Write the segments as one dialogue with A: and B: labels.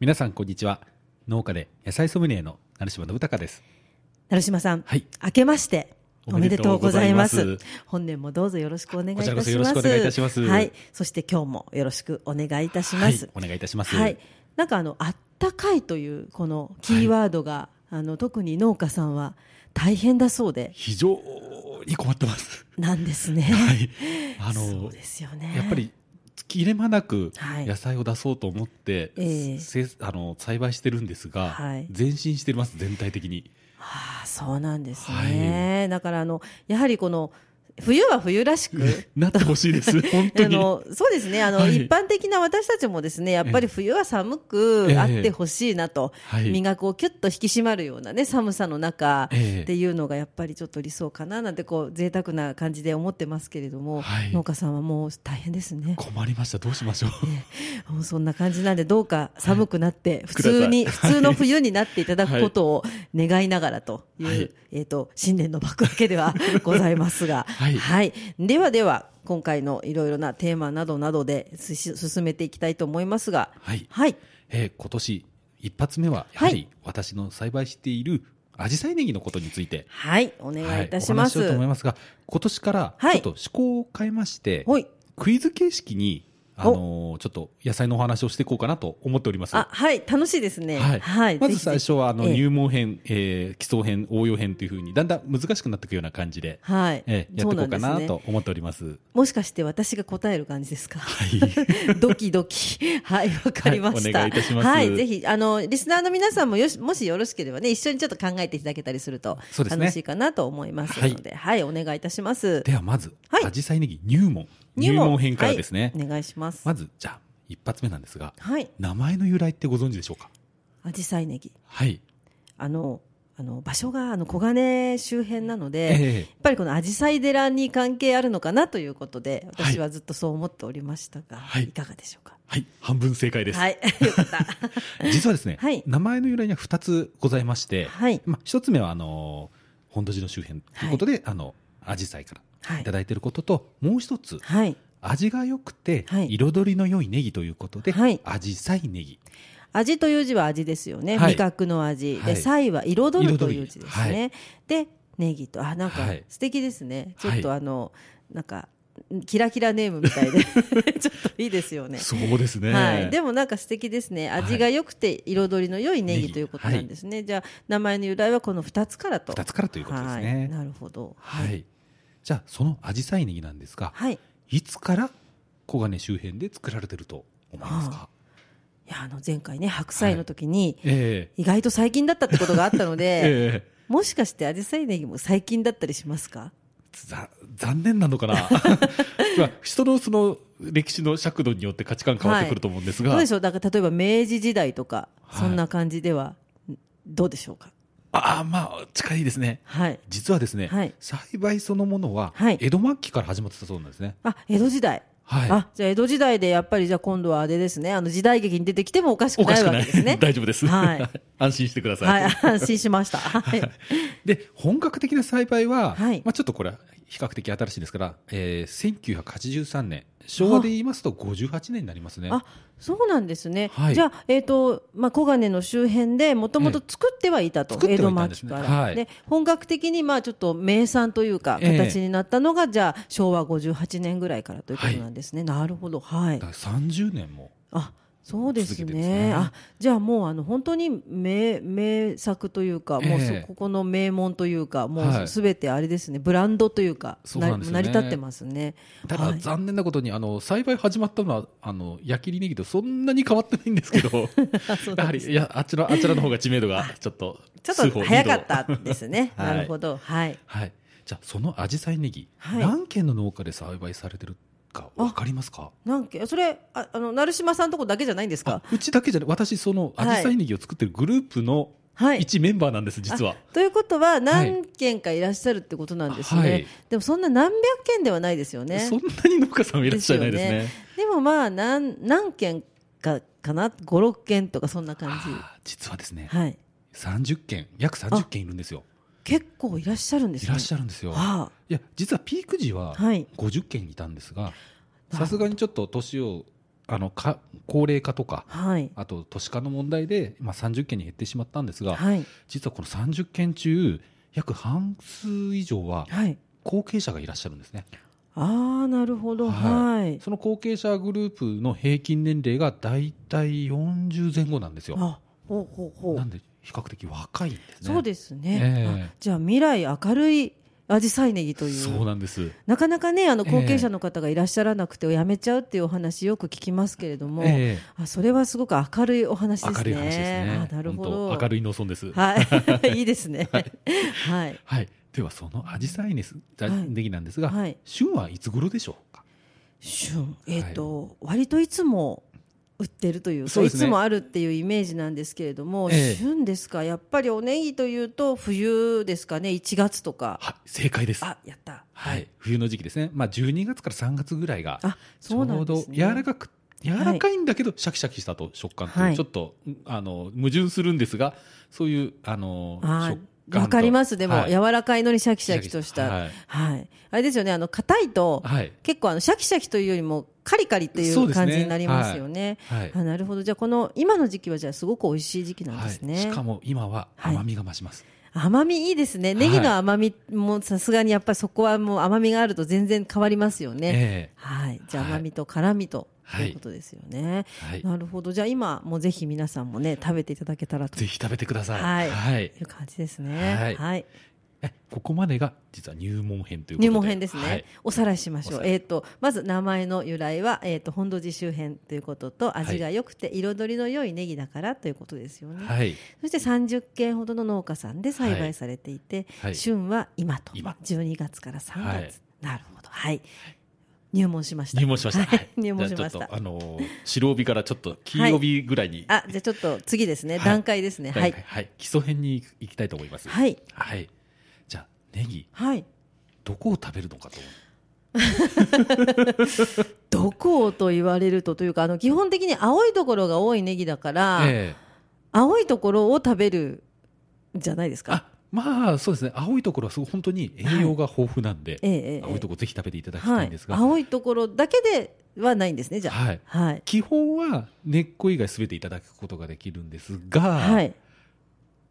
A: 皆さんこんにちは農家で野菜ソムリエの成島信孝です
B: 成島さん、
A: はい
B: 明けましておめでとうございます
A: おめでとうござい
B: 本年もどうぞよろしくお願いいたします
A: こちらこそよろしくお願いいたします
B: はいそして今日もよろしくお願いいたし
A: は
B: ま
A: い
B: す、
A: お願いいたします
B: はい、なんかあのあったかいというこのキーワードが、あの特に農家さんは大変だそうで
A: 非常に困っ てます
B: なんですね、
A: はいあ
B: そ
A: の
B: うですよね
A: やっぱり切れ間なく
B: はい
A: 野菜を出そうと思って、
B: ええ
A: せあの栽培してるんですが、
B: はい
A: 前進してます全体的に
B: ああそうなんですね、だからあのやはりこの冬は冬らしく
A: なってほしいです 本当
B: あ
A: に
B: のそうですねあの、
A: はい
B: 一般的な私たちもですねやっぱり冬は寒く
A: ええ
B: あってほしいなと、
A: はい
B: 身がこうキュッと引き締まるようなね寒さの中
A: ええ
B: っていうのがやっぱりちょっと理想かななんてこう贅沢な感じで思ってますけれども、
A: はい
B: 農家さんはもう大変ですね。
A: 困りましたどうしましょう
B: もうそんな感じなんでどうか寒くなって普
A: ください
B: 通に
A: はい
B: 普通の冬になっていただくことを願いながらという、
A: はい
B: えっ、と新年の幕開けではございますが、
A: はい
B: ではでは今回のいろいろなテーマなどなどですし進めていきたいと思いますが、
A: はい、
B: はい、
A: えー今年一発目はやは
B: は
A: り
B: い
A: 私の栽培している紫陽花ネギのことについて
B: はい、お願いいたします。
A: はい、お話しようと思いますが、今年からちょ
B: はい
A: っと趣向を変えまして、
B: はい
A: クイズ形式に、あのーちょっと野菜のお話をしていこうかなと思っております。
B: あ、はい、楽しいですね。
A: はいま
B: ぜ
A: ず最
B: ひぜ
A: 初はあの
B: ええ
A: 入門編、えー基礎編、応用編というふうにだんだん難しくなっていくような感じで、
B: ひはい、
A: ええやっていこうか
B: そ
A: な
B: なんですね
A: と思っております。
B: もしかして私が答える感じですか。
A: は い、
B: ドキドキ。はい、わかりました。
A: はいお願いいたします
B: はいぜひ、あの、リスナーの皆さんもよし、もしよろしければね、一緒にちょっと考えていただけたりすると
A: そう、ですね
B: 楽しいかなと思いますので、はい、お願いいたします。
A: ではまず、
B: はい
A: 紫陽花ネギ入門入門編からですね。
B: はいお願いします。
A: まず、じゃあ、一発目なんですが、
B: はい、
A: 名前の由来ってご存知でしょうか
B: アジサイネギ。
A: はい。
B: あの、あの、場所が、あの、小金周辺なので、やっ
A: ええ
B: ぱりこの紫陽花寺に関係あるのかなということで、私はずっとそう思っておりましたが、、
A: はいい
B: かがでしょうか。
A: はい、半分正解です。
B: はい、 よかった。
A: 実はですね、
B: はい
A: 名前の由来には2つございまして、
B: はい
A: まあ、1つ目はあのー本土寺の周辺ということで、あの紫陽花か
B: は
A: ら
B: い
A: いただいていることと、もう1つ
B: はい。
A: 味が良くて
B: はい
A: 彩りの良いネギということで、
B: はい
A: 紫陽花ネギ
B: 味という字は味ですよね、
A: はい
B: 味覚の味、
A: は
B: で
A: い
B: 菜は彩るという
A: 彩り
B: 字ですね、でネギとあなんか
A: はい
B: 素敵ですね、
A: はい
B: ちょっとあのなんかキラキラネームみたい でちょっといいですよね。
A: そうですね
B: はい、でもなんか素敵ですね味が良くて彩りの良いネ
A: ネ
B: ギ
A: ギ
B: ということなんですね、じゃあ名前の由来はこの2つからと
A: 二つからということですね
B: はい、なるほど
A: はいじゃあその紫陽花ネギなんですが、
B: はい、い
A: い、つから小金周辺で作られてると思いますか、
B: やあの前回ね白菜の時に、
A: ええ
B: 意外と最近だったってことがあったので、
A: ええ
B: もしかしてアジサイネギも最近だったりしますか
A: ざ残念なのかな、 まあ、人のその歴史の尺度によって価値観変わってくると思うんですが、
B: どうでしょうだから例えば明治時代とか、
A: はい
B: そんな感じではんどうでしょうか
A: ああまあ近いですね
B: はい
A: 実はですね、
B: はい
A: 栽培そのものは
B: はい
A: 江戸末期から始まってたそうなんですね
B: あ江戸時代
A: はい
B: あじゃあ江戸時代でやっぱりじゃあ今度はあれですねあの時代劇に出てきてもおかしく
A: おか
B: な
A: し
B: い
A: く
B: わ
A: な
B: け
A: い
B: ですね
A: 大丈夫です、
B: はい
A: 安心してくだ さ、
B: はいい安心しま したはい
A: で本格的な栽培は、
B: はい
A: まあ、ちょっとこれは比較的新しいですから、えー、1983年昭和で言いますと58年になりますね
B: あそうなんですね、
A: はい
B: じゃあ、えーとまあ、小金の周辺でもともと作ってはいたと、
A: ええ
B: 江戸
A: 作ってはいた
B: 末
A: んです
B: 期
A: ね
B: から、
A: はい
B: で本格的にまあちょっと名産というか
A: ええ
B: 形になったのが、じゃあ昭和58年ぐらいからということなんですね、なるほど、はい
A: だ、から30年も
B: あそうです
A: 続
B: ね
A: けてですね
B: あじゃあもうあの本当に名名作というか、もうそ
A: ええ
B: ここの名門というかも
A: は
B: う
A: い
B: すべてあれですね、ブランドというか
A: そうなんですよ
B: 成
A: ね
B: り立ってます ね。
A: た
B: は
A: だ
B: い
A: 残念なことに、あの栽培始まったのはあの焼きりネギとそんなに変わってないんですけ どやはりいやあちらあちらの方が知名度がちょっと
B: ちょっ
A: 数
B: と
A: 歩
B: 早か
A: リー
B: っ
A: ド。
B: たですね
A: はい
B: なるほど。はい。
A: はい、じゃあその紫陽花ネギ、
B: はい
A: 何軒の農家で栽培されてるかわかりますか
B: なんかそれああの成島さんのとこだけじゃないんです
A: あ
B: か
A: うちだけじゃない私その
B: は
A: ア
B: い
A: ジサイネギを作ってるグループの
B: はい
A: 一メンバーなんです、実は
B: ということは何件かいらっしゃるってことなんですね、
A: はい
B: でもそんな何百件ではないですよね
A: そんなに農家さんはいらっしゃいないですね
B: ででもまあ何何件かかな56件とかそんな感じ
A: あー実はですね、
B: はい
A: 30件約30件いるんですよ
B: 結構いらっしゃるんですね
A: いらっし
B: ゃ
A: ゃるんですよ
B: あ
A: いや実はピーク時は
B: はい
A: 50件いたんですが
B: ほど
A: さすがにちょっと年をあのか高齢化とか
B: はい
A: あと都市化の問題で、まあ、30件に減ってしまったんですが、
B: はい
A: 実はこの30件中約半数以上は
B: はい
A: 後継者がいらっしゃるんですね
B: ああなるほどは、
A: はいその後継者グループの平均年齢がだいたい40前後なんですよ
B: あほうほうほう
A: なんで比較的若いんですね
B: そうですね、
A: ええ
B: あじゃあ未来明るいアジサイネギという
A: そうなんです
B: なかなかねあの後継者の方がいらっしゃらなくてやめちゃうっていうお話よく聞きますけれども、
A: ええ
B: あそれはすごく明るいお話ですね。
A: 明るい話ですね
B: あなるほど
A: 本当明るい農村です
B: はい、 いいですね。はい、
A: はい、ではそのアジサイネス
B: はい
A: ネギなんですが、
B: はい、
A: 旬はいつ頃でしょうか
B: 旬、えっ、と、割といつも。売ってるというか
A: そう
B: い
A: ですね
B: つもあるっていうイメージなんですけれども、
A: ええ
B: 旬ですか、やっぱりおネギというと冬ですかね、1月とか。
A: はい正解です
B: あ、やった。
A: はい、冬の時期ですね、まあ、12月から3月ぐらいが
B: あ、
A: ち
B: そ
A: ょ
B: うなん
A: う
B: で
A: ど
B: すね。
A: 柔らかく、柔らかいんだけどシャキシャキしたと食感という、
B: はい
A: ちょっとうんあの矛盾するんですがそういうあの
B: あ
A: 食感と
B: わかります。でも、
A: はい
B: 柔らかいのにシャキシャキとした。はい、
A: はい
B: あれですよね。あの硬いと、
A: はい
B: 結構あのシャキシャキというよりもカリカリってい
A: そう
B: う
A: ですね
B: 感じになりますよね。
A: はい
B: あなるほど。じゃあこの今の時期はじゃあすごく美味しい時期なん
A: は
B: で
A: い
B: すね。
A: しかも今は
B: はい
A: 甘みが増します、
B: 甘みいいですね。ネギの甘みもさすがにやっぱりそこはもう甘みがあると全然変わりますよね。
A: え
B: はい。じゃあ
A: はい
B: 甘みと辛みと。
A: はい
B: ということですよね、
A: えはい、
B: なるほど。じゃあ今もうぜひ皆さんもね食べていただけたらとい
A: ぜひ食べてください、
B: はい
A: はい、
B: う感じですね。
A: はい
B: はい
A: えここまでが実は入門編ということで
B: 入門編ですね、
A: はい
B: おさらいしましょう、
A: おさらい
B: えー、とまず名前の由来は、えー、と本土寺周辺ということと味が良くて彩りの良いネギだからということですよね、
A: はい
B: そして30軒ほどの農家さんで栽培されていて、
A: はい
B: 旬は今と
A: 今
B: 12月から3月、
A: はい
B: なるほどはい入門しました
A: 入門しました。
B: は
A: はいい、
B: 入門しまし
A: じゃあちょ
B: た
A: っとあのー白帯からちょっと黄色帯ぐらいに、
B: あじゃあちょっと次ですね、
A: はい
B: 段階ですねは
A: はいい、はい、基礎編に行きたいと思います。はい、
B: はい
A: じゃあネギ
B: はい
A: どこを食べるのかと思う。
B: どこをと言われるとというかあの基本的に青いところが多いネギだから、
A: ええ
B: 青いところを食べるんじゃないですか。
A: あまあそうですね。青いところはすごい本当に栄養が豊富なんで、
B: ええええ
A: 青いところぜひ食べていただきた
B: はい
A: ん
B: い
A: です。が、はい。
B: 青いところだけではないんですね。じゃあ。はい。
A: 基本は根っこ以外すべていただくことができるんですが、
B: はい。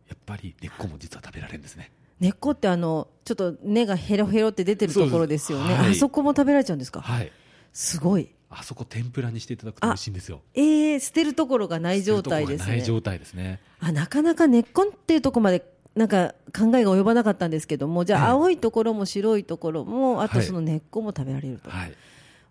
A: やっぱり根っこも実は食べられるんですね。
B: 根っこってあのちょっと根がヘロヘロって出てるところですよね。
A: そうですはい
B: あそこも食べられちゃうんですか。
A: はい。
B: すごい。
A: あそこ天ぷらにしていただくと美味しいんですよ。
B: ええ捨てるところがない状態です
A: そういう
B: ね
A: ところがない。状態ですね。
B: あなかなか根っこっていうところまでなんか考えが及ばなかったんですけども、じゃあ
A: ええ
B: 青いところも白いところもあと
A: はい
B: その根っこも食べられると。
A: はい。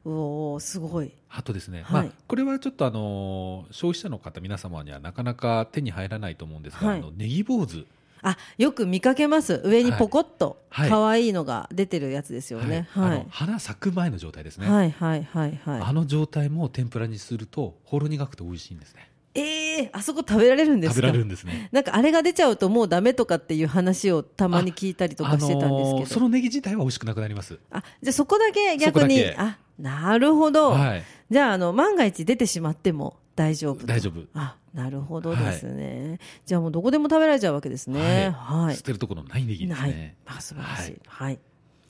B: おおすごい。
A: あとですね、
B: はい
A: まあ、これはちょっとあのー消費者の方皆様にはなかなか手に入らないと思うんですが、
B: はい
A: あのネギ坊主、
B: あよく見かけます上にポコッと
A: はい
B: 可愛いのが出てるやつですよねは
A: あ
B: い
A: の花咲く前の状態ですね、
B: はいはいはいは
A: あの状態も天ぷらにするとほろ苦くて美味しいんですね
B: いええあそこ食べられるんで
A: 食
B: すか
A: べ
B: ら
A: れるんですね
B: なんかあれが出ちゃうともうダメとかっていう話をたまに聞いたりとかしてたんですけ
A: あのーそ
B: ど
A: のネギ自体は美味しくなくなります
B: あじゃあそこだけ
A: そこ
B: 逆
A: だ
B: に
A: け
B: あなるほど、
A: はい
B: じゃああの万が一出てしまっても大丈夫と
A: 大丈夫
B: あなるほどですね、じゃあもうどこでも食べられちゃうわけですねはい、
A: 捨てるところのないネギです
B: ない
A: ね、
B: あ、素晴らしいはい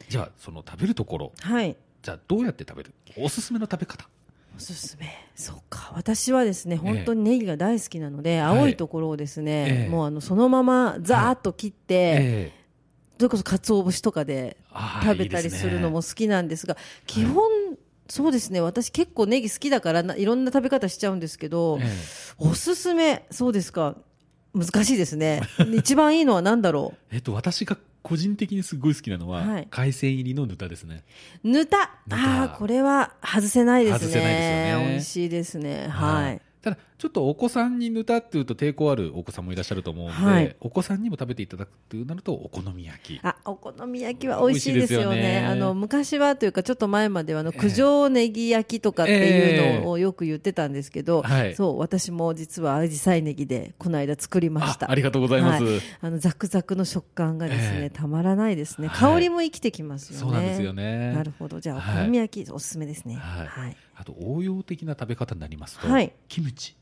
A: じゃあその食べるところ
B: はい
A: じゃあどうやって食べるおすすめの食べ方
B: おすすめそうか私はですね本当にネギが大好きなので、青いところをですね、
A: ええ
B: もうあのそのままザーッと切って、
A: ええ
B: それこそ鰹節とかで
A: あー
B: 食べたりするの
A: い
B: も
A: いで
B: 好きなんですが基本、そうですね私結構ネギ好きだからないろんな食べ方しちゃうんですけど、
A: すねえ
B: おすすめそうですか難しいです ね一番いいのは何だろ
A: ええっと私が個人的にすごい好きなのは、
B: はい
A: 海鮮入りのぬたですね
B: うぬた
A: ぬた
B: ああーこれは外せないですね
A: 外せないですよね
B: 美味しいですねはい、
A: ただ、ちょっとお子さんにぬたっていうと抵抗あるお子さんもいらっしゃると思うんで、
B: はい
A: お子さんにも食べていただくっていうなると、お好み焼き。
B: あお好み焼きは美味しいですよね
A: 美味しいですよね
B: あの昔はというかちょっと前まではあの
A: ええ
B: 九条ネギ焼きとかっていう
A: ええ
B: のをよく言ってたんですけど、
A: はい
B: そう私も実は紫陽花ネギでこの間作りまし
A: あ
B: た
A: ありがとうございます。
B: はあのザクザクの食感がですね、
A: ええ
B: たまらないですね
A: はい
B: 香りも生きてきますよね、
A: そうなんですよね。
B: なるほどじゃあお
A: はい
B: 好み焼きおすすめですねは、
A: はいいあと応用的な食べ方になりますと、
B: はい
A: キムチ、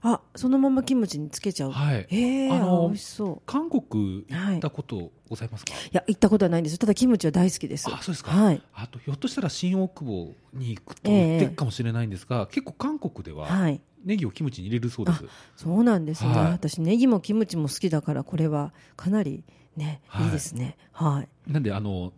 B: あそのままキムチにつけちゃう、
A: はい、
B: へえ
A: あの
B: 美味しそう
A: 韓国行ったことございますか、
B: いや行ったことはないんですよただキムチは大好きです
A: あそうですか、
B: はい
A: あとひょっとしたら新大久保に行くと
B: ええ
A: 売ってるかもしれないんですが、結構韓国では
B: はい
A: ネギをキムチに入れるそうです、
B: そうなんですね、
A: はい
B: 私ネギもキムチも好きだからこれはかなりね、
A: はい
B: い、いですねはい
A: なんであの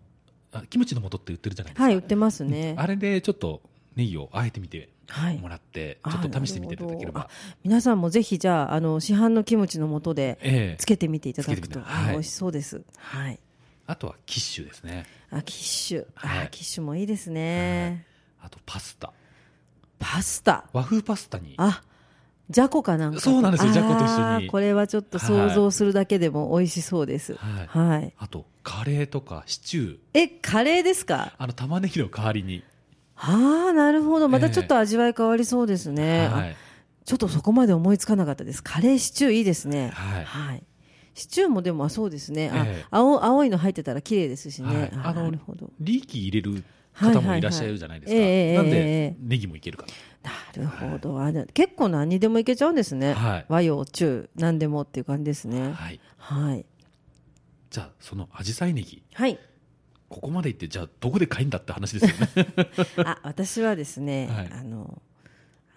A: あキムチの素って売ってるじゃないですか、
B: はい売ってますね
A: あれでちょっとネギをあえてみて
B: はい
A: もらって、
B: はい
A: ちょっと試してみていただけ
B: あ
A: れ
B: な
A: ば、
B: 皆さんもぜひじゃああの市販のキムチの素で
A: ええ
B: つけてみていただく
A: つけて
B: と、
A: みてはい
B: あ美味しそうですはい
A: あとはキッシュですね
B: あキッシュ、
A: は
B: あ
A: い
B: キッシュもいいですね、
A: あとパスタ
B: パスタ
A: 和風パスタに
B: あじゃこかなんかと
A: そうなんですよじゃこと一緒
B: あ
A: に
B: ーこれはちょっと想像するだけでも美味しそうです
A: はい
B: はい
A: あとカレーとかシチュー
B: えカレーですか
A: あの玉ねぎの代わりに、
B: ああなるほどまた
A: ええ
B: ちょっと味わい変わりそうですね、あ
A: はい
B: ちょっとそこまで思いつかなかったですカレーシチューいいですね
A: はい
B: シチューもでもあそうですね、あ
A: ええ
B: 青青いの入ってたら綺麗ですしね、
A: はい
B: あ
A: あの
B: なるほど
A: リーキ入れる方もいらっしゃるじゃないですか、
B: はいはいはいええ
A: なん
B: ええええ
A: でネギもいけるか
B: なるほど、あで結構何にでもいけちゃうんですね、
A: な、はい
B: 和洋中何でもっていう感じですね
A: はい、
B: はい
A: じゃあそのアジサイネギ
B: はい
A: ここまで行ってじゃあどこで買えんだって話ですよね
B: あ 私はですね、
A: はい
B: あの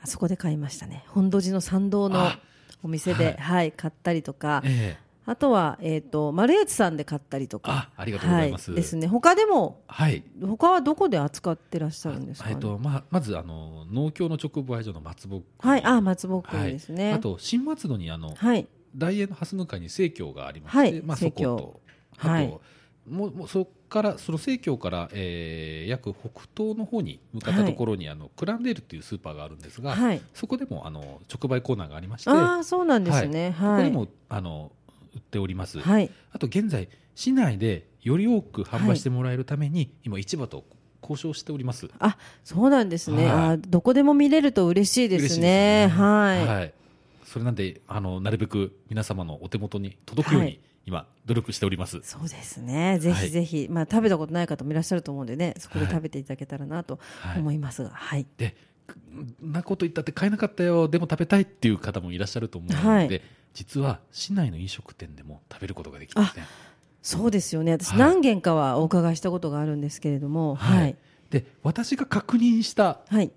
B: あそこで買いましたね本土寺の参道の
A: あ
B: お店で
A: はい
B: はい、買ったりとか
A: ええ
B: あとは、えー、と丸越さんで買ったりとか
A: あありがとうございます、
B: はい、ですね他でも
A: はい
B: 他はどこで扱ってらっしゃるんですか、
A: え
B: ね
A: っとまあ、まずあの農協の直売所の松ぼっくり
B: はいあ松ぼっくりですね、
A: あと新松戸にあの
B: はい
A: 大英の蓮向かいに生協がありまして、
B: はい
A: まあ、
B: 生
A: そこ
B: 協
A: とあと、
B: はい
A: もうもうそこからその生協から、えー約北東の方に向かったところに、あのクランデールっていうスーパーがあるんですが、
B: はい
A: そこでもあの直売コーナーがありまして
B: ああそうなんですね
A: ここ
B: は
A: に
B: い
A: もあの売っております、
B: はい
A: あと現在市内でより多く販売してもらえるために、今市場と交渉しております
B: そうなんですね、
A: はい
B: あーどこでも見れると嬉しいで
A: 嬉しい
B: すねはい、
A: それなんであのなるべく皆様のお手元に届くように、
B: はい
A: 今努力しております
B: そうですねぜ
A: は
B: ひ
A: い
B: ぜひ、まあ、食べたことない方もいらっしゃると思うんでねそこで
A: はい
B: 食べていただけたらなと
A: はい
B: 思いますがはい、
A: んなこと言ったって買えなかったよでも食べたいっていう方もいらっしゃると思うので、
B: はい
A: 実は市内の飲食店でも食べることができますね
B: そうですよね私
A: はい
B: 何軒かはお伺いしたことがあるんですけれどもは
A: はいいで私が確認した
B: はい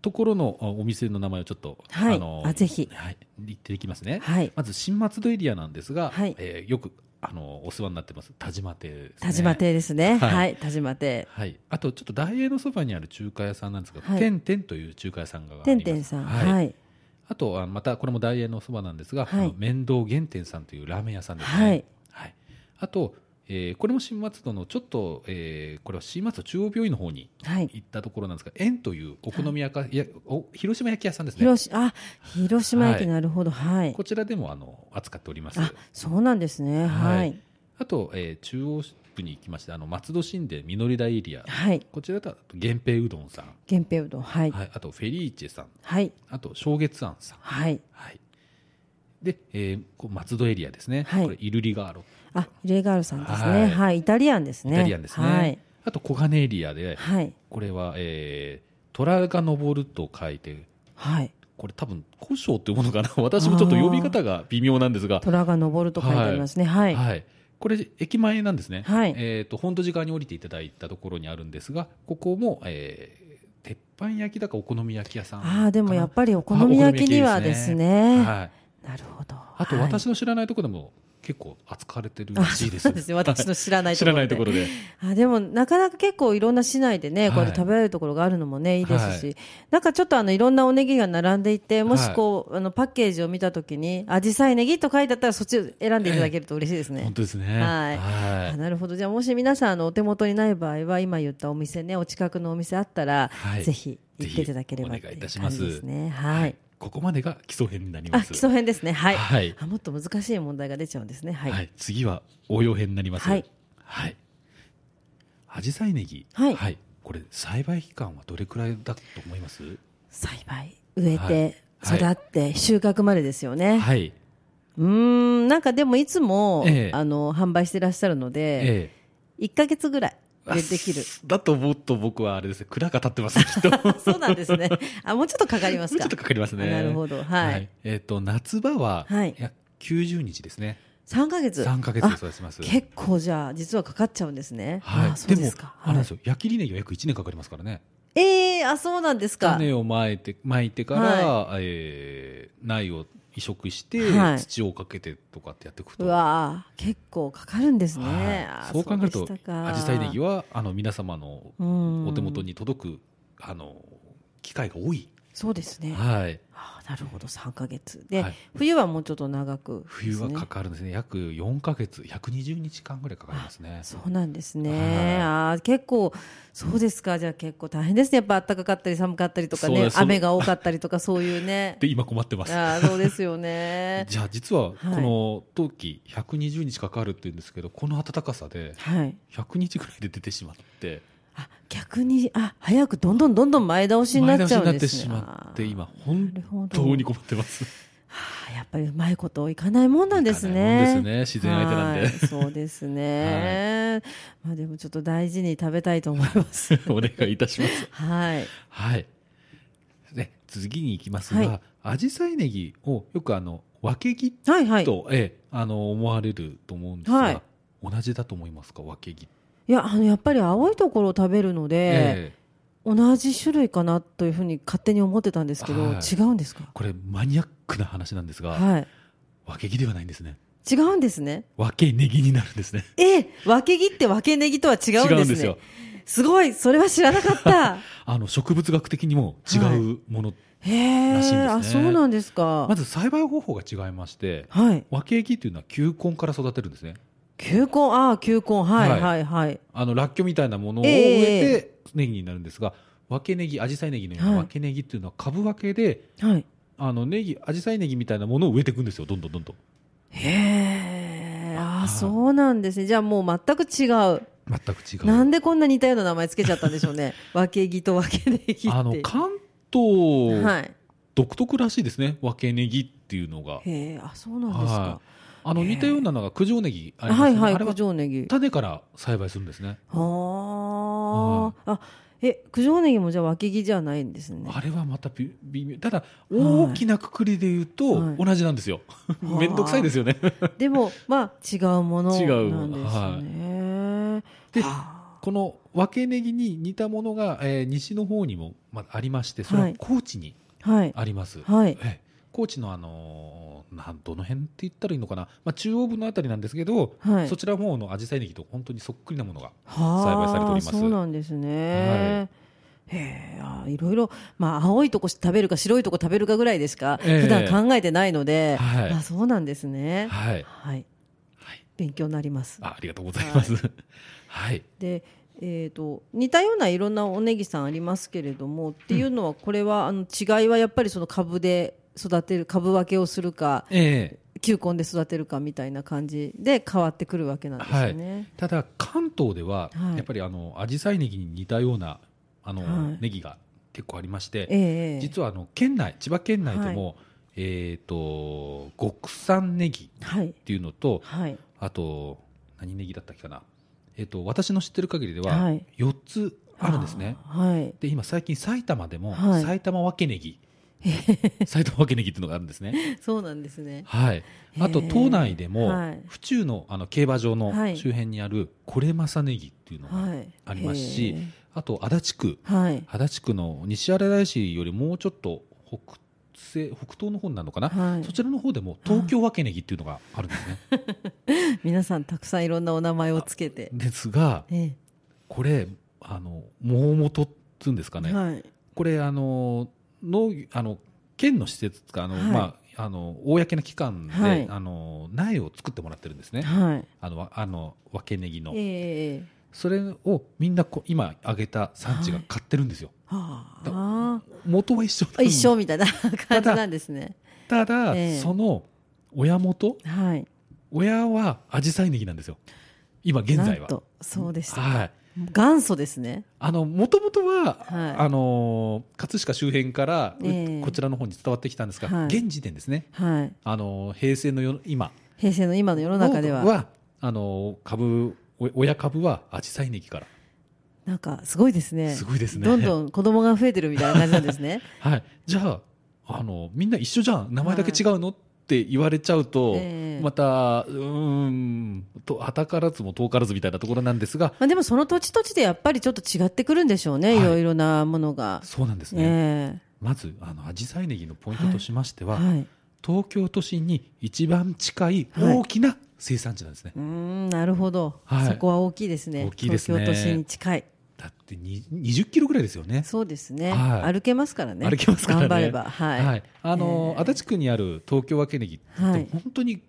A: ところのおお店の名前をちょっと、
B: はい
A: あの
B: あぜひ
A: はい、言っていきますね、
B: はい
A: まず新松戸エリアなんですが、
B: はい
A: えーよくあのお世話になってます田島亭です、ね、
B: 田島亭ですね
A: は
B: はいい田島亭
A: はい、あとちょっと大英のそばにある中華屋さんなんですが、
B: はい
A: てんてんという中華屋さんがあります
B: てんてんさん
A: はい
B: はい
A: あとはまたこれも大英のそばなんですが、
B: はい
A: あの面倒源天さんというラーメン屋さんですね、
B: はい
A: はいあと、えーこれも新松戸のちょっと、えーこれは新松戸中央病院の方に
B: はい
A: 行ったところなんですが円というお好み焼き、いやお広島焼き屋さんですね
B: 広しあ広島駅
A: はい
B: なるほどはい
A: こちらでもあの扱っております
B: あそうなんですねは
A: はいいあと、えー中央区に行きましてあの松戸新田実り台エリア
B: はい
A: こちらだと源平うどんさん、
B: 源平うどんはい
A: はい、あとフェリーチェさん
B: はい
A: あと正月庵さん、
B: はい
A: はい、で、えーこう松戸エリアですね、
B: はい
A: これイルリガーロ
B: あレイガールさんです
A: は
B: ね
A: い
B: はいイタリアンです
A: イ
B: ね
A: タリアンですね、
B: はい
A: あと小金エリアで
B: はい
A: これは、えー、虎が昇ると書いて
B: はい
A: これ多分古書っていうものかな 私もちょっと読み方が微妙なんですが
B: 虎が登ると書いてありますねはい
A: はい、これ駅前なんですね、
B: はい
A: えー、と本土寺側に降りていただいたところにあるんですがここも、えー鉄板焼きだかお好み焼き屋さんかな
B: ああでもやっぱりお好み焼きにはですね
A: はい、
B: なるほど
A: あと私の知らないところでも結構扱われてるらしいで
B: そ
A: す
B: うですね私の知らないと
A: 知
B: こ
A: ら
B: ろ
A: ない
B: で
A: ところで
B: あでもなかなか結構いろんな市内でね、
A: はい
B: こうやって食べられるところがあるのもねいいですし、なんかちょっとあのいろんなおネギが並んでいてもしこう、あのパッケージを見たときに「あじさいネギ」と書いてあったらそっちを選んでいただけると嬉しいですね
A: 本。当ですね
B: はいあ
A: は
B: なるほどじゃあもし皆さんあのお手元にない場合は今言ったお店ねお近くのお店あったら、
A: はい
B: ぜひ行っていただければ
A: ぜひお願いいたします
B: ってう感じですねはい、
A: いここまでが基礎編になりま
B: あ、
A: す。
B: 基礎編ですね。はい。
A: はい
B: あもっと難しい問題が出ちゃうんですね。は。
A: はいい、次は応用編になります。
B: はい。
A: はい。紫陽花ネギ。
B: はい
A: これ栽培期間はどれくらいだと思います？
B: 栽培、植えて、
A: はい
B: 育って、収穫までですよね。
A: はい。
B: うーん、なんかでもいつも、
A: ええ
B: あの、販売してらっしゃるので、
A: え
B: 1ヶ月ぐらい
A: え
B: でできる。。
A: だと思うと僕はあれですね。蔵が立ってます。きっと。も
B: あ そうなんですね。あ、もうちょっとかかりま
A: う
B: す
A: ちょ
B: か
A: っと。かかりますね。
B: なるほど。はい。
A: えっ、と夏場は
B: はい
A: 約90日ですね。
B: 3ヶ月。
A: 3ヶ月で育ちます。
B: 結構じゃあ、実はかかっちゃうんですね。
A: は
B: あ、
A: い。
B: そ
A: で
B: うで
A: も
B: すか。
A: あれなんです
B: はい
A: よ。焼きりネギは約1年かかりますからね。
B: ええ、あ、そうなんですか。
A: 種をまいてまいてから、
B: は
A: えー苗を移植して、
B: はい
A: 土をかけてとかってやっていくと
B: うわー結構かかるんですね。
A: は
B: あ
A: い
B: ー
A: そう考えると
B: でしたか
A: アジサイネギはあの皆様の
B: うん
A: お手元に届く、あの機会が多い、
B: そうですね。
A: はい
B: あーなるほど、3ヶ月。で、
A: はい
B: 冬はもうちょっと長く、
A: 冬はかかるんですね約4か月120日間ぐらいかかりますね
B: そうなんです
A: はい
B: ね。あー結構、そうですか。じゃあ結構大変ですね。やっぱ暖かかったり寒かったりとか
A: そう
B: ね
A: で。す
B: 雨が多かったりとかそういうね
A: で。今困 ってます
B: あーそうですよね。
A: じゃあ実はこ
B: はい
A: の冬季120日かかるって言うんですけどこの暖かさで
B: はい。
A: 100日ぐらいで出てしまって
B: あ、逆に、あ、早くどんどんどんどん前倒しになっちゃうんですね。
A: 前倒しになってしまって
B: あー
A: 今本
B: るほど
A: 当に困ってます
B: はあ、やっぱりうまいこといかないもんなんですね。
A: いかないもんですね自然相手なんで
B: はいそうですね。まあでもちょっと大事に食べたいと思い ます。
A: お願いいたします。
B: はい。
A: はい。ね、次に行きますが、アジサイネギをよくあの、分け木
B: はいはい。い
A: と、ええあの、思われると思うんですが、
B: はい
A: 同じだと思いますか、分け木。
B: や、あの、やっぱり青いところを食べるので、
A: ええ
B: 同じ種類かなというふうに勝手に思ってたんですけど、
A: はい
B: 違うんですか
A: これ、マニアックな話なんですが、
B: はい。
A: 分け木ではないんですね。
B: 違うんですね。
A: 分けネギになるんですね。
B: え、分け木って分けネギとは違うんですね。
A: 違うんですよ。
B: すごい、それは知らなかった。
A: あの、植物学的にも違うもの。
B: へ
A: らしいんです
B: え、
A: ね
B: あ、そうなんですか。
A: まず栽培方法が違いまして、
B: はい。
A: 分け木というのは球根から育てるんですね。
B: 球根、ああ、球根、はい、は
A: は
B: いい、はい、はい。
A: あの、らっきょうみたいなものを植
B: え
A: えて、ネギになるんですが、わけネギ、アジサイネギのような
B: はい
A: わけネギっていうのは株分けで、
B: はい。
A: あの、ネギ、アジサイネギみたいなものを植えていくんですよ、どんどんどんどん。
B: へえ、あ
A: あ
B: あ、そうなんですね。じゃあもう全く違う。
A: 全く違う。
B: なんでこんな似たような名前つけちゃったんでしょう ね。分け木と分けネギって。
A: あの、関
B: は
A: 東、
B: い。
A: 独特らしいですね、わけネギっていうのが。
B: へえ、あ、そうなんです
A: は
B: か。
A: いあの、
B: へえ
A: 似たようなのが九条ネギありま
B: は
A: す
B: い
A: ね。
B: はい、
A: あれ
B: 九
A: は
B: 条ネギ。
A: 種から栽培するんですね。
B: ああ、あ、え、九条ネギもじゃあ分け木じゃないんですね。
A: あれはまたび微妙。ただ、大きなくくりで言うと、
B: はい
A: 同じなんですよ。
B: はあ
A: めんどくさいですよね。
B: でも、まあ違うもの
A: 違う
B: なんですね。
A: で
B: は
A: この分けネギに似たものが、えー西の方にも、まあ、ありましてそれ
B: は
A: はい高知に
B: あはい。
A: あります、
B: はい。
A: ええ高知の、あのーなんどの辺って言ったらいいのかな、まあ、中央部のあたりなんですけど、
B: はい。
A: そちらの方のアジサイネギと本当にそっくりなものが栽
B: 栽
A: 培されております
B: そうなんですね。へえ、あいろいろ、まあ、青いとこ食べるか白いとこ食べるかぐらいでしか、
A: ええ
B: 普段考えてないので、
A: はい
B: あそうなんですね。はい、
A: はい、はい、
B: 勉強になります。
A: あありがとうございますはい、
B: で、えー、と似たようないろんなおネギさんありますけれども、っていうのはこれはあの違いはやっぱりその株で育てる株分けをするか
A: え
B: 球根で育てるかみたいな感じで変わってくるわけなんですよね。
A: えただ関東では、
B: はい
A: やっぱりあのアジサイネギに似たようなあの、
B: はい
A: ネギが結構ありまして、
B: ええ
A: 実はあの県内千葉県内でも、えっ、と極産ネギ
B: はい
A: っていうのと
B: はい
A: あと何ネギだったっけかなえっ、と私の知ってる限りで
B: は
A: はい4つあるんですね、
B: あーはい
A: で今最近埼玉でも、
B: はい
A: 埼玉わけネギ埼玉わけネギっていうのがあるんですね
B: そうなんですね。
A: はいあと
B: へー
A: 島内でも、
B: はい
A: 府中のあの競馬場の
B: はい
A: 周辺にあるこれまさネギっていうのが、
B: はい、
A: ありますし
B: へ
A: あと足立区
B: ーはい、
A: 足立区の西新井市よりもうちょっと北西北東の方になるのかな、
B: はい
A: そちらの方でも東京わけネギっていうのがあるんですね。
B: 皆さんたくさんいろんなお名前をつけて、
A: ですが
B: え
A: これあの桃元っつうんですか
B: え
A: ね、
B: はい、
A: これあの農業あの県の施設かあの、
B: はい
A: まああの公な機関で、
B: はい
A: あの苗を作ってもらってるんですね。
B: はい、
A: あのわあのわけネギの、
B: ええええ
A: それをみんなこ今挙げた産地が買ってるんですよ。
B: は
A: だ
B: あ
A: 元は一緒なん
B: あ
A: で
B: 一緒みたいな感じなんですね
A: ただ、
B: ええ
A: その親元
B: はい
A: 親はアジサイネギなんですよ今現在
B: なん
A: は
B: とそうでした
A: はい
B: 元祖ですね
A: あの元々は、
B: はい
A: あのー葛飾周辺から、う
B: ええ
A: こちらの方に伝わってきたんですが、
B: はい
A: 現時点ですね
B: はい
A: あのー平成の世の今
B: 平成の今の世の中では
A: あのー株お親株はアジサイネギから
B: なんかすごいですね
A: すごいですね
B: どんどん子供が増えてるみたいな感じなんです ね
A: はい、じゃああのみんな一緒じゃん名前だけ違うの、って言われちゃうと、
B: ええ
A: またうーんとたからずも遠からずみたいなところなんですが
B: まあでもその土地土地でやっぱりちょっと違ってくるんでしょうね、
A: はい
B: い、ろいろなものが
A: そうなんですね、
B: え
A: まずあの紫陽花ネギのポイントとしまして
B: え
A: は、
B: はい
A: 東京都心に一番近い
B: はい
A: 大きな生産地なんですね、
B: うーんなるほど、
A: はい
B: そこは大きいですね
A: 大きいですね
B: 東京都心に近い
A: だってに20キロぐらいですよね
B: そうですね、
A: はい
B: 歩けますからね
A: 歩けますからね
B: 頑張ればはい、
A: はい、あの、
B: ええ
A: 足立区にある東京わけねぎって
B: はい
A: 本当に、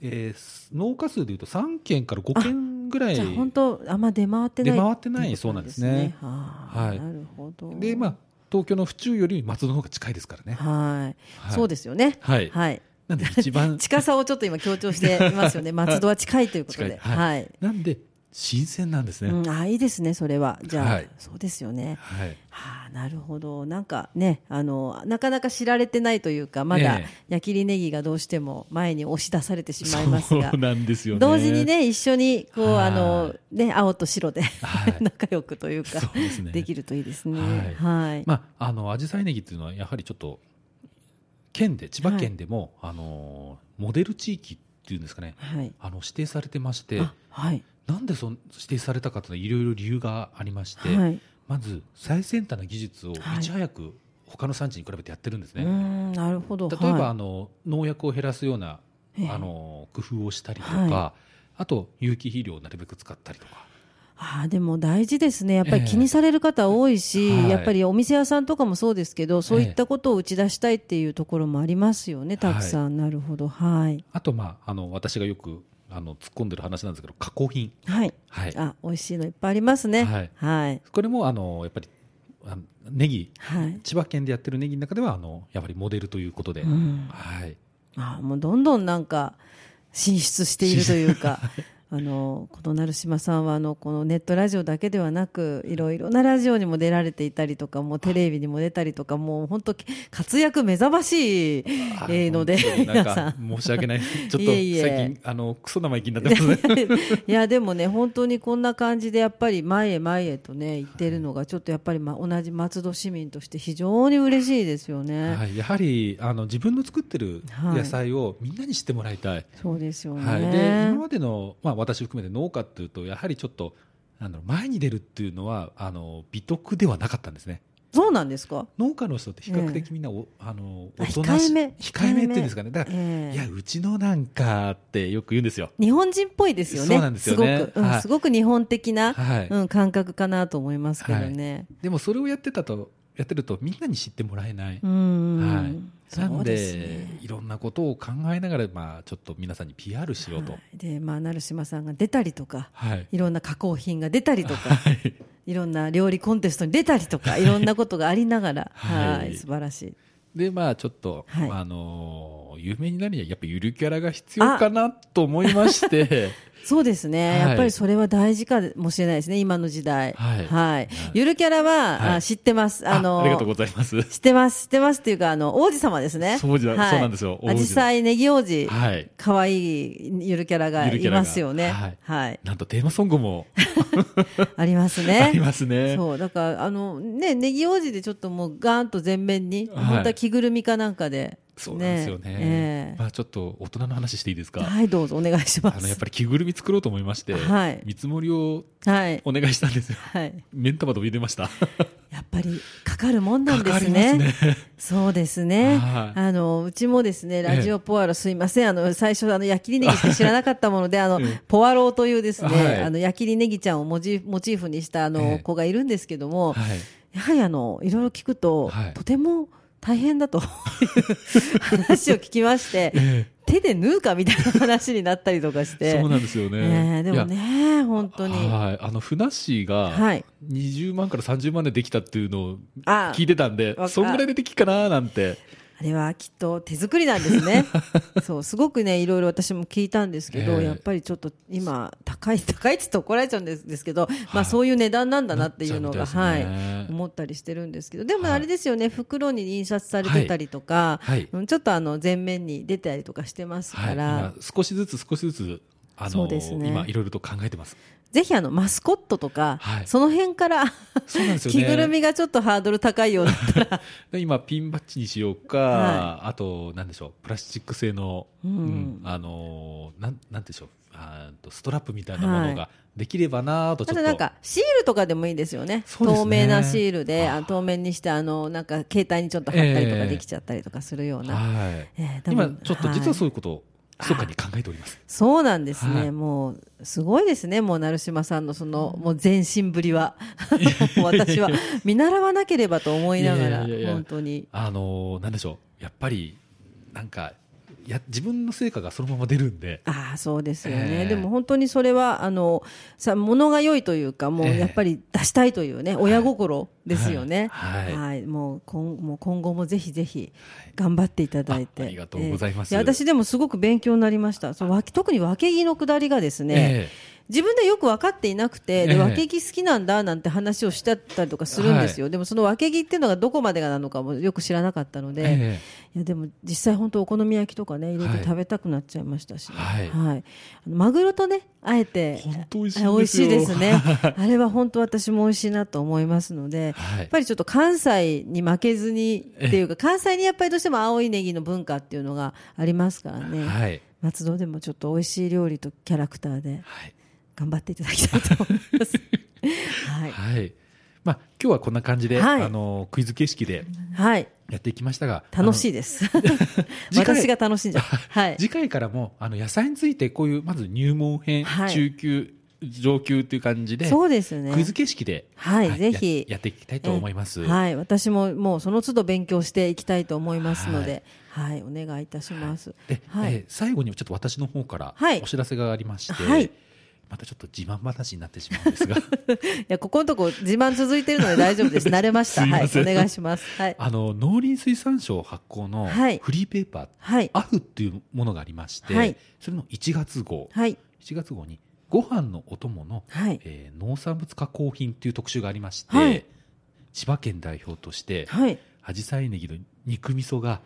A: えー農家数でいうと3軒から5軒ぐらい
B: じゃあ本当あんま出回ってない
A: 出回ってないそうなんですね
B: は、
A: はいい
B: なるほど
A: でまあ東京の府中より松戸の方が近いですからね。。
B: はい、そうですすよね
A: はい。
B: はい
A: なんで一 番
B: 近さをちょっと今強調していますよ ね松戸は近いということで
A: 近いはい
B: はい
A: なんで新鮮なんですね。
B: うん、あいいですね、それは。じゃあ、
A: はい
B: そうですよね。
A: はい。
B: はあ、なるほど。なんかね、あの、なかなか知られてないというか、まだ
A: ええ、
B: 矢切ネギがどうしても前に押し出されてしまいますが
A: そう、なんですよね。
B: 同時に。ね、一緒に、こう、
A: はい
B: あの、ね、青と白で、
A: はい
B: 仲良くというか
A: そう、ですね。
B: できるといいですね。
A: はい
B: はい。
A: まああの紫陽花ネギっていうのはやはりちょっと県で千葉県でも、あのモデル地域っていうんですかね。
B: はい。
A: あの指定されてまして、
B: あ、はい。
A: なんでその指定されたかというのはいろいろ理由がありまして、
B: はい。
A: まず最先端な技術をい
B: はい
A: ち早く他の産地に比べてやってるんです
B: うー
A: ね。
B: ん、なるほど。
A: 例えば、
B: は
A: あの農薬を減らすような、
B: い、ええ
A: あ、の工夫をしたりとか、
B: は
A: あと有機肥料をなるべく使ったりとか、
B: ああでも大事ですね、やっぱり
A: ええ
B: 気にされる方多いし、
A: はい
B: やっぱりお店屋さんとかもそうですけど、そういったことを打ち出したいっていうところもありますよね、たくさん、なるほど、はい、
A: あと、まあ、あの私がよくあの突っ込んでる話なんですけど加工品、
B: はい、
A: はい、
B: あ美味しいのいっぱいありますね、は
A: はいい、
B: はい、
A: これもあのやっぱりあのネギ千葉県でやってるネギの中ではあのやっぱりモデルということで、
B: うん、
A: はい、
B: ああもうどんどんなんか、進出しているという か。あのこの成島さんはあのこのネットラジオだけではなくいろいろなラジオにも出られていたりとかもうテレビにも出たりとかもう本当活躍目覚ましい
A: あ
B: えーので
A: 本 当になん
B: 皆さ
A: か
B: ん
A: 申し訳 ない、ちょっと最
B: い
A: 近
B: えいえ
A: あのクソ生意気になっ
B: い
A: てます ね。
B: やいやいやでもね本当にこんな感じでやっぱり前へ前へとね行ってるのがちょっとやっぱりま同じ松戸市民として非常に嬉しいですよね。
A: はい、やはりあの自分の作ってる
B: はい
A: 野菜をみんなに知ってもらいたい、
B: そうですよね。
A: はい、で今までの、まあ、私含めて農家っていうとやはりちょっとなんだろう前に出るっていうのはあの美徳ではなかったんですね
B: そうなんですか。
A: 農家の人って比較的みんなお、あの
B: あ
A: おとな
B: 控え
A: し
B: め
A: 控えめっていうんですかねだから、
B: ええ
A: いやうちのなんかってよく言うんですよ
B: 日本人っぽいですよね。
A: そうなんですよね
B: すごく、うん
A: はい
B: すごく日本的な、
A: はい、
B: うん感覚かなと思いますけどね。
A: でもそれをやってたとやってるとみんなに知ってもらえない、
B: うん、
A: はいな
B: そ
A: ん
B: う
A: で
B: ですね。
A: いろんなことを考えながら、まあ、ちょっと皆さんに PR しようと、
B: はいでまあ成島さんが出たりとか
A: はい、
B: いろんな加工品が出たりと か。
A: はい
B: いろんな料理コンテストに出たりとか、いろんなことがありながら、は、
A: はいい
B: 素晴らしい。
A: でまあちょっと、
B: はい
A: あのー有名になるにはやっぱゆるキャラが必要かなと思いまして
B: そうですね、
A: はい
B: やっぱりそれは大事かもしれないですね、今の時代。
A: はい
B: ゆるキャラは、
A: はい
B: あ知ってます。
A: あ
B: あの
A: ありがとうございます
B: 知ってます、知ってますっていうか、あの、王子様ですね。
A: そうじゃそうなんですよ王子
B: アジサイネギ王子、
A: はい
B: 可愛いゆるキャラが
A: ゆるキ
B: い
A: ャラが
B: ますよね。
A: はい
B: はい。
A: なんとテーマソングも
B: ありますね。
A: ありますね
B: そうだからあのねネギ王子でちょっともうガーンと前面に、
A: はい
B: 本当は着ぐるみかなんかで
A: そうなんですよね
B: ええ
A: まあちょっと大人の話していいですか、
B: はい、どうぞお願いしま
A: あ
B: す。
A: のやっぱり着ぐるみ作ろうと思いまして、
B: はい
A: 見積もりを
B: はい。
A: お願いした んですよ
B: はい。
A: 目ん玉飛び出ました
B: やっぱりかかるもんなんで
A: かか
B: す
A: ります
B: ね。
A: ね
B: そうですね。
A: はい
B: あの、うちもですね、ラジオポアロ、すいません。あの、最初、あの、矢切ネギし か知らなかったもので、あの
A: ええ、
B: ポアロというですね、
A: はい
B: あの、矢切ネギちゃんをモチモチーフにした、あ
A: え
B: の
A: え、
B: 子がいるんですけども、
A: はい
B: やはりあの、いろいろ聞くと
A: は、い
B: とても大変だと、話を聞きまして、
A: ええ
B: 手で縫うかみたいな話になったりとかして
A: そうなんですよね。
B: ねえでも
A: いや
B: ね本当に
A: はい、あのふなっしー
B: は
A: が
B: い
A: 20万から30万でできたっていうのを
B: あ
A: 聞いてたんで、
B: わか
A: そんぐらいでできっかななんて、
B: あれはきっと手作りなんです ねそうすごくねいろいろ私も聞いたんですけど、
A: ええ
B: やっぱりちょっと今高い高いって言って怒られちゃうんですですけど、ま
A: は
B: あ
A: い
B: そういう値段なんだなっていうのが
A: なっちゃ
B: は
A: う
B: い
A: みたいですね
B: 思ったりしてるんですけどでも
A: はい
B: あれですよね、袋に印刷されてたりとか、
A: はいはい
B: うんちょっとあの前面に出たりとかしてます
A: は
B: か
A: い、
B: ら、
A: 今少しずつ少しずつ、あ
B: そ
A: の
B: うですね
A: 今いろいろと考えてます。
B: ぜひあのマスコットとか、
A: はい
B: その辺から、
A: そうなんですよ ね
B: 着ぐるみがちょっとハードル高いようだったら
A: で今ピンバッジにしようか、
B: は
A: あとなんでしょうプラスチック製の、
B: うん
A: うんあのーなんなんでしょうあーとストラップみたいなものができればなーとち
B: あ
A: ょっ
B: と
A: と。
B: なんかシールとかでもいいですよね
A: そうです
B: 透
A: ね
B: 明なシールであ
A: あー
B: 透明にしてあのなんか携帯にちょっと貼ったりとかできちゃったりとかするような、
A: はい。
B: えー多
A: 今
B: 分
A: ちょっと実はいそういうことを密かに考えております。
B: そうなんですね、
A: はい
B: もうすごいですね、もう成島さんのそのもう全身ぶりは、もう私は見習わなければと思いながら、
A: いやいやいやいや
B: 本当に、
A: あのーなんでしょうやっぱりなんかや自分の成果がそのまま出るんで。
B: ああそうですよね、
A: ええ
B: でも本当にそれはあのさ物が良いというか、もう
A: ええ
B: やっぱり出したいというね、親心ですよね、
A: はいはい
B: もう今もう今後もぜひぜひ頑張っていただいて、
A: あありがとうございます
B: ええや私でもすごく勉強になりました、そうわけ特に分け着のくだりがですね。
A: え
B: 自分でよく分かっていなくて、で
A: ええ
B: 分け着好きなんだなんて話をしてたりとかするんですよ、でもその分け着っていうのがどこまでがなのかもよく知らなかったの
A: え
B: で、
A: え
B: いやでも実際、本当お好み焼きとかね入れ
A: は
B: て
A: い
B: 食べたくなっちゃいましたしね、
A: はい
B: あのマグロとねあえて
A: 本当美味しいんです
B: あ
A: よ
B: 美味しいです ね、あれは本当私も美味しいなと思いますので。
A: は
B: やっ
A: い。
B: ぱりちょっと関西に負けずにっていうか関西にやっぱりどうしても青いネギの文化っていうのがありますからね、
A: はい。
B: 松戸でもちょっと美味しい料理とキャラクターで
A: はい。
B: 頑張っていただきたいと思い ます。はい。
A: はい。まあ今日はこんな感じで、
B: はい
A: あのークイズ形式で
B: はい。
A: やっていきましたが、
B: 楽
A: い。
B: しいです。
A: 次回
B: 私が楽しんじゃう。はい。
A: 次回からもあの野菜についてこういうまず入門編、
B: はい
A: 中級上級という感じで
B: そうですね。
A: クイズ形式で、
B: はいぜひ
A: ややっていきたいと思います。
B: はい。私ももうその都度勉強していきたいと思いますので、はい。お願いいたします。
A: で、
B: はい
A: えー最後にちょっと私の方から
B: はい
A: お知らせがありまして、
B: はい
A: またちょっと自慢話になってしま うんですが
B: いや、ここのとこ自慢続いてるので大丈夫です。慣れました。
A: すい
B: はい。
A: ません
B: お願いします。はい。
A: あの農林水産省発行の
B: はい
A: フリーペーパー、
B: はい。
A: アフっていうものがありまして、
B: はい
A: それの1月号、
B: はい。
A: 1月号にご飯のお供の、
B: はい。
A: えー農産物加工品っていう特集がありまして、
B: はい
A: 千葉県代表として、
B: はい。
A: 紫陽花ネギの肉味噌が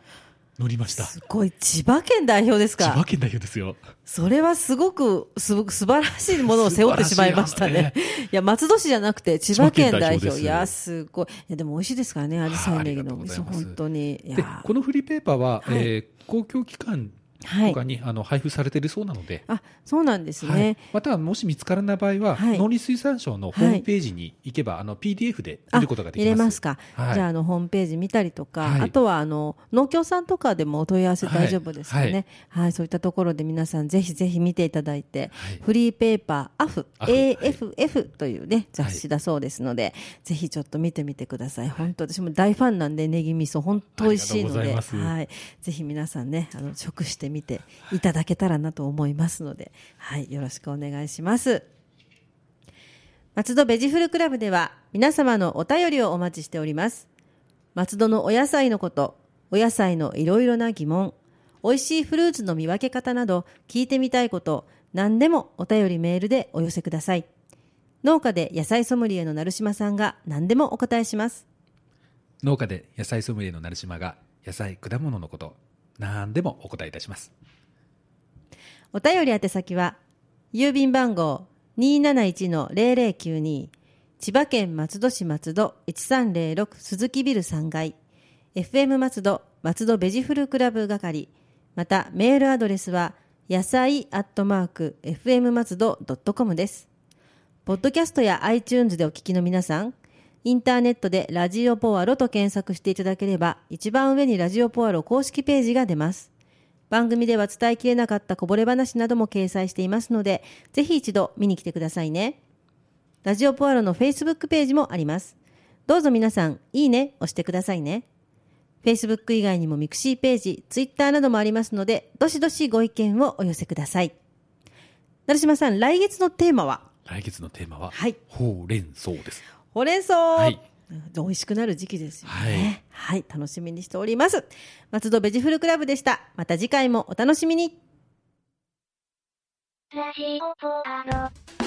A: 乗りました。
B: すごい。千葉県代表です
A: 千葉
B: か。
A: 県代表ですよ。
B: それはすごく、すごく素晴らしいものを背負ってしまいましたね。いや、松戸市じゃなくて、千葉県代表。
A: 千葉県代表です
B: いや、すごい。いや、でも美味しいですからね、アジサイネギの味噌、
A: はいありがとうございます
B: 本当に。い
A: で、
B: や
A: こ、のフリーペーパーは、
B: はい
A: えー公共機関
B: は
A: と
B: い
A: か。に、あの配布されているそうなので、
B: あ、そうなんです
A: は
B: ね
A: い。またはもし見つからない場合は、
B: はい
A: 農林水産省のホームページに行けば、あの PDF で見ることができ
B: 入
A: ます。
B: れますか。
A: はい
B: じゃあ、あの、ホームページ見たりとか、
A: はい
B: あとは、あの、農協さんとかでもお問い合わせ大丈夫ですかね。はい、そういったところで皆さん、ぜひぜひ見ていただいて、
A: はい
B: フリーペーパー、アフ、
A: アフはい
B: AFF というね、雑誌だそうですので、ぜひちょっと見てみてください。本当、私も大ファンなんで、ネギ味噌、本当美味しいの
A: あり
B: で、
A: がとうございます
B: はい。ぜひ皆さんね、あの、食してみていただけたらなと思いますので、はい、よろしくお願いします。松戸ベジフルクラブでは皆様のお便りをお待ちしております。松戸のお野菜のこと、お野菜のいろいろな疑問、美味しいフルーツの見分け方など聞いてみたいこと、何でもお便りメールでお寄せください。農家で野菜ソムリエの成島さんが何でもお答えします。
A: 農家で野菜ソムリエの成島が、野菜、果物のこと、何でもお答えいたします。
B: お便り宛先は、郵便番号271-0092、千葉県松戸市松戸1306鈴木ビル3階、FM 松戸松戸ベジフルクラブ係、またメールアドレスは、野菜アットマーク FM 松戸 .com です。ポッドキャストや iTunes でお聞きの皆さん、インターネットでラジオポアロと検索していただければ、一番上にラジオポアロ公式ページが出ます。番組では伝えきれなかったこぼれ話なども掲載していますので、ぜひ一度見に来てくださいね。ラジオポアロの Facebook ページもあります。どうぞ皆さん、いいね、押してくださいね。 Facebook 以外にもミクシーページ、Twitter などもありますので、どしどしご意見をお寄せください。成島さん、来月のテーマは
A: 来月のテーマは、
B: はい
A: ほうれん草です。
B: ほうれん草、
A: はい
B: 美味しくなる時期ですよね。はい、楽しみにしております。松戸ベジフルクラブでした。また次回もお楽しみに。
C: ラジオポアド。